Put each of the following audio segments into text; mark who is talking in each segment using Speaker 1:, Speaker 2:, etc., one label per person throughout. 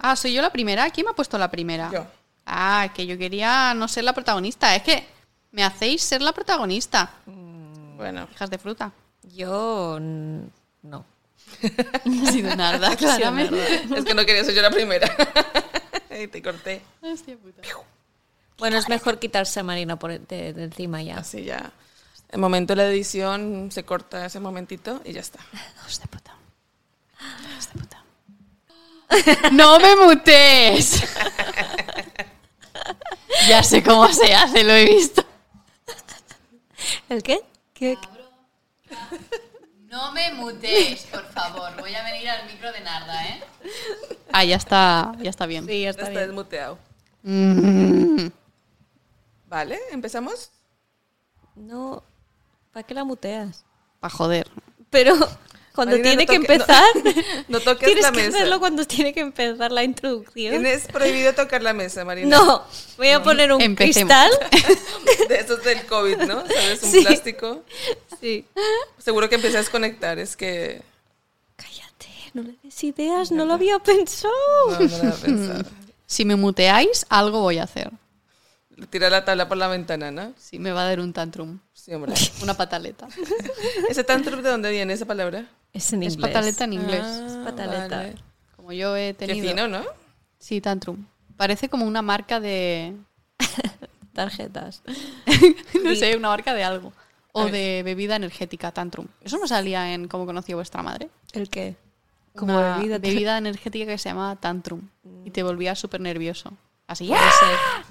Speaker 1: Ah, soy yo la primera. ¿Quién me ha puesto la primera?
Speaker 2: Yo.
Speaker 1: Ah, es que yo quería no ser la protagonista. Es que me hacéis ser la protagonista.
Speaker 2: Bueno,
Speaker 1: Hijas de fruta.
Speaker 3: Yo mm, no.
Speaker 1: No ha sido nada, claramente.
Speaker 2: es que no quería ser yo la primera. Y te corté.
Speaker 1: Hostia puta.
Speaker 3: Bueno, es mejor quitarse a Marina por e, de, de encima ya.
Speaker 2: Así ya. El momento de la edición se corta ese momentito y ya está.
Speaker 1: Hijos de puta. Hijos de puta. ¡No me mutes! ya sé cómo se hace, lo he visto.
Speaker 3: ¿El qué? ¿Qué?
Speaker 1: No me mutes, por favor. Voy a venir al micro de Narda, ¿eh? Ah, ya está, ya está bien.
Speaker 3: Sí, ya
Speaker 2: Está,
Speaker 3: está bien.
Speaker 2: desmuteado.
Speaker 1: Mm.
Speaker 2: Vale, empezamos.
Speaker 3: No, ¿para qué la muteas?
Speaker 1: Pa' joder.
Speaker 3: Pero cuando
Speaker 2: Marina,
Speaker 3: tiene
Speaker 2: no
Speaker 3: que
Speaker 2: toque-
Speaker 3: empezar,
Speaker 2: no- no toques
Speaker 3: tienes
Speaker 2: la
Speaker 3: que
Speaker 2: mesa.
Speaker 3: hacerlo cuando tiene que empezar la introducción.
Speaker 2: Tienes prohibido tocar la mesa, Marina.
Speaker 3: No, voy a poner un
Speaker 1: Empecemos.
Speaker 3: cristal.
Speaker 2: De esos del COVID, ¿no? ¿Sabes? Un
Speaker 3: Sí.
Speaker 2: plástico.
Speaker 3: Sí.
Speaker 2: Seguro que empecé a desconectar, es que
Speaker 3: Cállate, no le des ideas, no lo había pensado.
Speaker 2: no, no lo había pensado.
Speaker 1: Si me muteáis, algo voy a hacer.
Speaker 2: Tira la tabla por la ventana, ¿no?
Speaker 1: Sí, me va a dar un tantrum.
Speaker 2: Sí, hombre.
Speaker 1: Una pataleta.
Speaker 2: ¿Ese tantrum de dónde viene esa palabra? Ah,
Speaker 3: Es en
Speaker 1: Es
Speaker 3: inglés.
Speaker 1: pataleta en inglés. Ah.
Speaker 3: Es pataleta.
Speaker 2: vale.
Speaker 1: Como yo he
Speaker 2: Qué
Speaker 1: tenido.
Speaker 2: fino, ¿no?
Speaker 1: Sí, tantrum. Parece como una marca de.
Speaker 3: Tarjetas.
Speaker 1: No sé, una marca de algo. O de bebida energética, tantrum. Eso no salía en Cómo conocí a vuestra madre.
Speaker 3: ¿El qué? Como
Speaker 1: una
Speaker 3: bebida.
Speaker 1: energética que se llamaba tantrum. Y te volvía súper nervioso. Así.
Speaker 3: Puede
Speaker 1: ¡ah!
Speaker 3: ser. No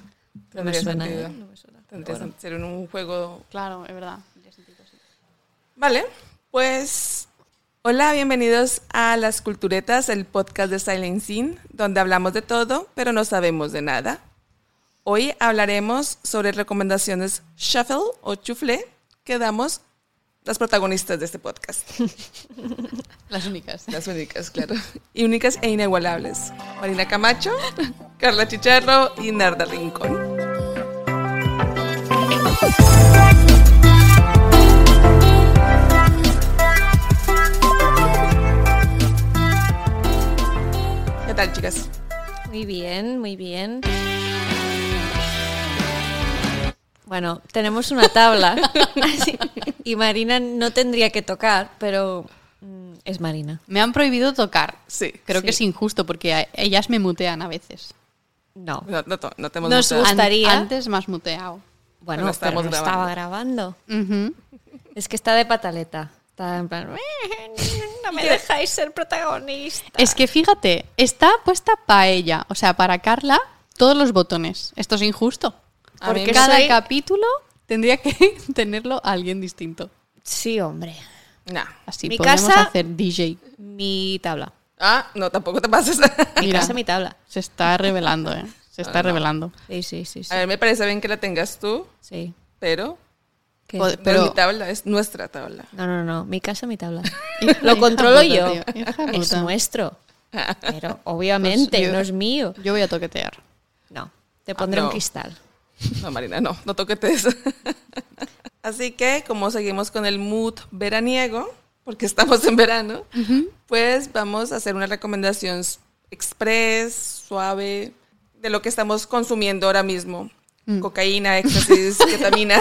Speaker 3: me
Speaker 2: Tendría
Speaker 3: suena,
Speaker 2: sentido.
Speaker 3: ¿eh? No me suena.
Speaker 2: Tendría sen- Sería un juego
Speaker 1: Claro, es verdad.
Speaker 2: Vale, pues hola, bienvenidos a Las Culturetas, el podcast de Silent Scene, donde hablamos de todo, pero no sabemos de nada. Hoy hablaremos sobre recomendaciones shuffle o chufle que damos las protagonistas de este podcast.
Speaker 1: Las únicas.
Speaker 2: Las únicas, claro. Y únicas e inigualables. Marina Camacho, Carla Chicharro y Narda Rincón. ¿Qué tal, chicas?
Speaker 3: Muy bien, muy bien. Bueno, tenemos una tabla así, y Marina no tendría que tocar, pero mm, es Marina.
Speaker 1: Me han prohibido tocar.
Speaker 2: Sí.
Speaker 1: Creo que
Speaker 3: Sí.
Speaker 1: es injusto porque a- ellas me mutean a veces.
Speaker 3: No.
Speaker 2: No, no, to- no te hemos
Speaker 3: Nos
Speaker 2: notado.
Speaker 3: gusta. gustaría-
Speaker 1: An- antes más muteado.
Speaker 2: Pero
Speaker 3: Bueno, pero
Speaker 2: estamos
Speaker 3: no
Speaker 2: grabando.
Speaker 3: estaba grabando.
Speaker 1: Ujú.
Speaker 3: Es que está de pataleta. Está en plan, no me dejáis ser protagonista.
Speaker 1: Es que fíjate, está puesta para ella, o sea, para Carla, todos los botones. Esto es injusto.
Speaker 2: A mí
Speaker 1: Porque
Speaker 2: me-
Speaker 1: cada
Speaker 3: soy-
Speaker 1: capítulo tendría que tenerlo a alguien distinto.
Speaker 3: Sí, hombre.
Speaker 2: Nah.
Speaker 1: Así
Speaker 3: Mi
Speaker 1: podemos
Speaker 3: casa-
Speaker 1: hacer DJ.
Speaker 3: Mi tabla.
Speaker 2: Ah, no, tampoco te pases.
Speaker 3: Mi
Speaker 1: Mira.
Speaker 3: casa, mi tabla.
Speaker 1: Se está revelando, ¿eh? Se está revelando.
Speaker 3: Sí, sí, sí. sí.
Speaker 2: A ver, me parece bien que la tengas tú,
Speaker 3: Sí.
Speaker 2: pero
Speaker 3: ¿Qué?
Speaker 1: Pod-
Speaker 2: pero
Speaker 1: Pero-
Speaker 2: mi tabla es nuestra tabla.
Speaker 3: No, no, no. Mi casa, mi tabla.
Speaker 1: Hija-
Speaker 3: Lo
Speaker 1: hija
Speaker 3: controlo
Speaker 1: puta,
Speaker 3: yo.
Speaker 1: tío, hija
Speaker 3: Es
Speaker 1: puta.
Speaker 3: nuestro. Pero obviamente
Speaker 1: Yo-
Speaker 3: no es mío.
Speaker 1: Yo voy a toquetear.
Speaker 3: No. Te pondré
Speaker 2: no.
Speaker 3: un cristal.
Speaker 2: No, Marina, no, no toquetes. Así que, como seguimos con el mood veraniego, porque estamos en verano, pues vamos a hacer una recomendación s- express, suave, de lo que estamos consumiendo ahora mismo. Cocaína, éxtasis, ketamina.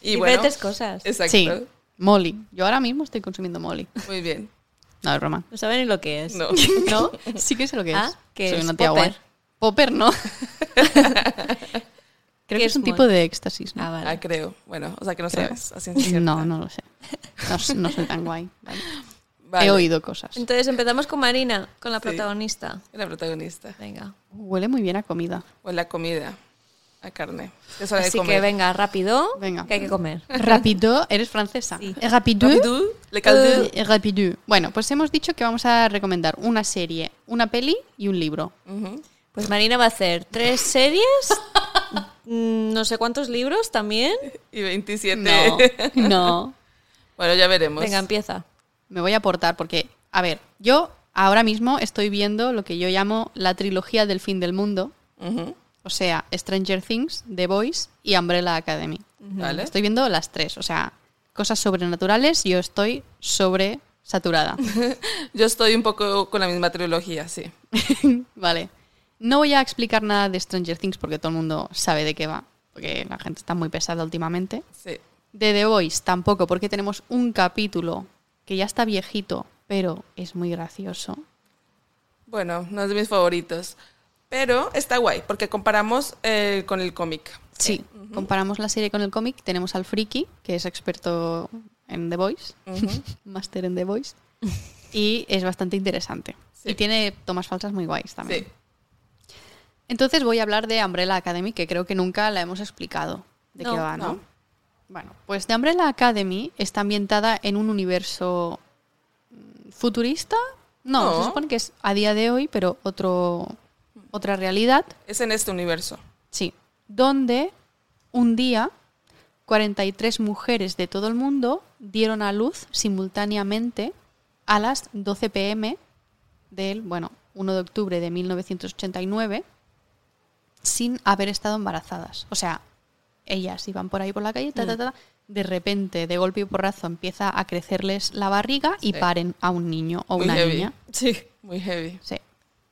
Speaker 2: y bueno,
Speaker 3: Diferentes cosas.
Speaker 2: exacto.
Speaker 1: Sí. Molly. Yo ahora mismo estoy consumiendo Molly.
Speaker 2: Muy bien.
Speaker 1: No, es broma.
Speaker 3: No saben ni lo que es.
Speaker 2: No.
Speaker 1: ¿No? Sí que sé lo que es.
Speaker 3: Ah, ¿qué
Speaker 1: Soy
Speaker 3: es?
Speaker 1: una tía guay.
Speaker 3: Popper.
Speaker 1: Popper no. Creo que
Speaker 3: ¿Qué
Speaker 1: es
Speaker 3: es
Speaker 1: un
Speaker 3: Molly?
Speaker 1: tipo de éxtasis, ¿no?
Speaker 3: Ah, vale.
Speaker 2: Ah, creo. Bueno, o sea que no
Speaker 1: Creo.
Speaker 2: sabes. Así es
Speaker 1: No, no lo sé. No, s- no soy tan guay. ¿vale?
Speaker 2: Vale.
Speaker 1: He oído cosas.
Speaker 3: Entonces empezamos con Marina, con la
Speaker 2: Sí.
Speaker 3: protagonista.
Speaker 2: La protagonista.
Speaker 3: Venga.
Speaker 1: Huele muy bien a comida.
Speaker 2: O la comida. La carne. Es hora de
Speaker 3: Así que
Speaker 2: comer.
Speaker 3: venga, rápido.
Speaker 1: Venga.
Speaker 3: Que hay que comer.
Speaker 1: Rapido, eres francesa.
Speaker 3: Sí.
Speaker 1: Rapido.
Speaker 2: Rapidu, le caldu.
Speaker 1: Eh, rapidu. Bueno, pues hemos dicho que vamos a recomendar una serie, una peli y un libro.
Speaker 2: Ujú.
Speaker 3: Pues Marina va a hacer tres series, mm, no sé cuántos libros también.
Speaker 2: Y 27.
Speaker 1: No, no.
Speaker 2: Bueno, ya veremos.
Speaker 3: Venga, empieza.
Speaker 1: Me voy a aportar porque, a ver, yo ahora mismo estoy viendo lo que yo llamo la trilogía del fin del mundo.
Speaker 2: Ujú,
Speaker 1: O sea, Stranger Things, The Voice y Umbrella Academy.
Speaker 2: Vale.
Speaker 1: Estoy viendo las tres, o sea, cosas sobrenaturales, yo estoy sobre saturada.
Speaker 2: Yo estoy un poco con la misma trilogía, sí.
Speaker 1: vale. No voy a explicar nada de Stranger Things porque todo el mundo sabe de qué va, porque la gente está muy pesada últimamente.
Speaker 2: Sí.
Speaker 1: De The Voice tampoco, porque tenemos un capítulo que ya está viejito, pero es muy gracioso.
Speaker 2: Bueno, no es de mis favoritos. Pero está guay, porque comparamos eh, con el cómic.
Speaker 1: Sí, Eh, comparamos la serie con el cómic, tenemos al Friki, que es experto en The Voice,
Speaker 2: Ujú.
Speaker 1: Master en The Voice, y es bastante interesante.
Speaker 2: Sí.
Speaker 1: Y tiene tomas falsas muy guays también.
Speaker 2: Sí.
Speaker 1: Entonces voy a hablar de Umbrella Academy, que creo que nunca la hemos explicado de
Speaker 3: No,
Speaker 1: qué va, ¿no?
Speaker 2: no.
Speaker 1: Bueno, pues The Umbrella Academy está ambientada en un universo mm, futurista. No,
Speaker 2: No.
Speaker 1: se supone que es a día de hoy, pero otro, otra realidad.
Speaker 2: Es en este universo.
Speaker 1: Sí. Donde un día 43 mujeres de todo el mundo dieron a luz simultáneamente a las 12 pm del, bueno, 1 de octubre de 1989 sin haber estado embarazadas. O sea, ellas iban por ahí por la calle, ta,
Speaker 2: Mm.
Speaker 1: ta, ta, ta, de repente, de golpe y porrazo, empieza a crecerles la barriga y
Speaker 2: Sí.
Speaker 1: paren a un niño o
Speaker 2: Muy
Speaker 1: una
Speaker 2: heavy.
Speaker 1: niña.
Speaker 3: Sí.
Speaker 2: Muy heavy.
Speaker 1: Sí.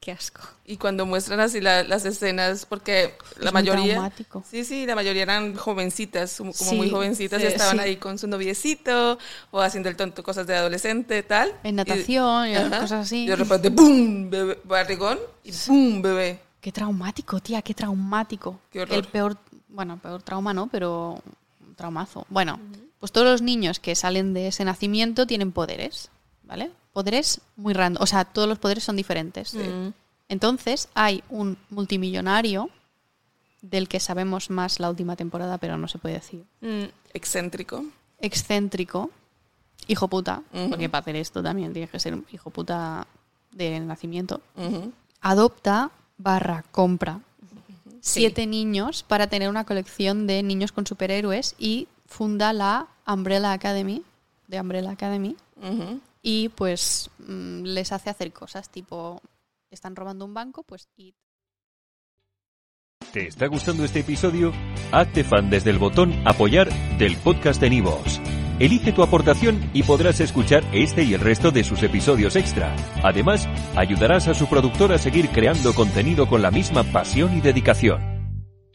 Speaker 3: Qué asco.
Speaker 2: Y cuando muestran así la- las escenas, porque la
Speaker 1: muy
Speaker 2: mayoría...
Speaker 1: traumático.
Speaker 2: Sí, sí, la mayoría eran jovencitas, como
Speaker 1: Sí,
Speaker 2: muy jovencitas,
Speaker 3: sí,
Speaker 2: y estaban
Speaker 1: sí.
Speaker 2: ahí con su noviecito o haciendo el tonto cosas de adolescente, tal.
Speaker 1: En
Speaker 2: Y-
Speaker 1: natación y
Speaker 2: Ajá.
Speaker 1: cosas así.
Speaker 2: Y de repente, ¡pum! Bebé, barrigón y ¡pum! Bebé.
Speaker 1: Qué traumático, tía, qué traumático.
Speaker 2: Qué horror.
Speaker 1: el peor, bueno, peor trauma no, pero un traumazo. Bueno, pues todos los niños que salen de ese nacimiento tienen poderes, ¿vale? Poderes muy random, o sea, todos los poderes son diferentes.
Speaker 3: Mm.
Speaker 1: Entonces, hay un multimillonario del que sabemos más la última temporada, pero no se puede decir.
Speaker 3: Mm,
Speaker 2: Excéntrico.
Speaker 1: Excéntrico, hijo puta,
Speaker 2: Ujú.
Speaker 1: porque para hacer esto también tienes que ser un hijo puta de nacimiento
Speaker 2: Ujú.
Speaker 1: adopta barra compra siete niños para tener una colección de niños con superhéroes y funda la Umbrella Academy, de Umbrella Academy,
Speaker 2: Ujú.
Speaker 1: y pues mm, les hace hacer cosas tipo, están robando un banco, pues y
Speaker 4: ¿Te está gustando este episodio? Hazte fan desde el botón Apoyar del podcast de Nivos. Elige tu aportación y podrás escuchar este y el resto de sus episodios extra. Además, ayudarás a su productor a seguir creando contenido con la misma pasión y dedicación.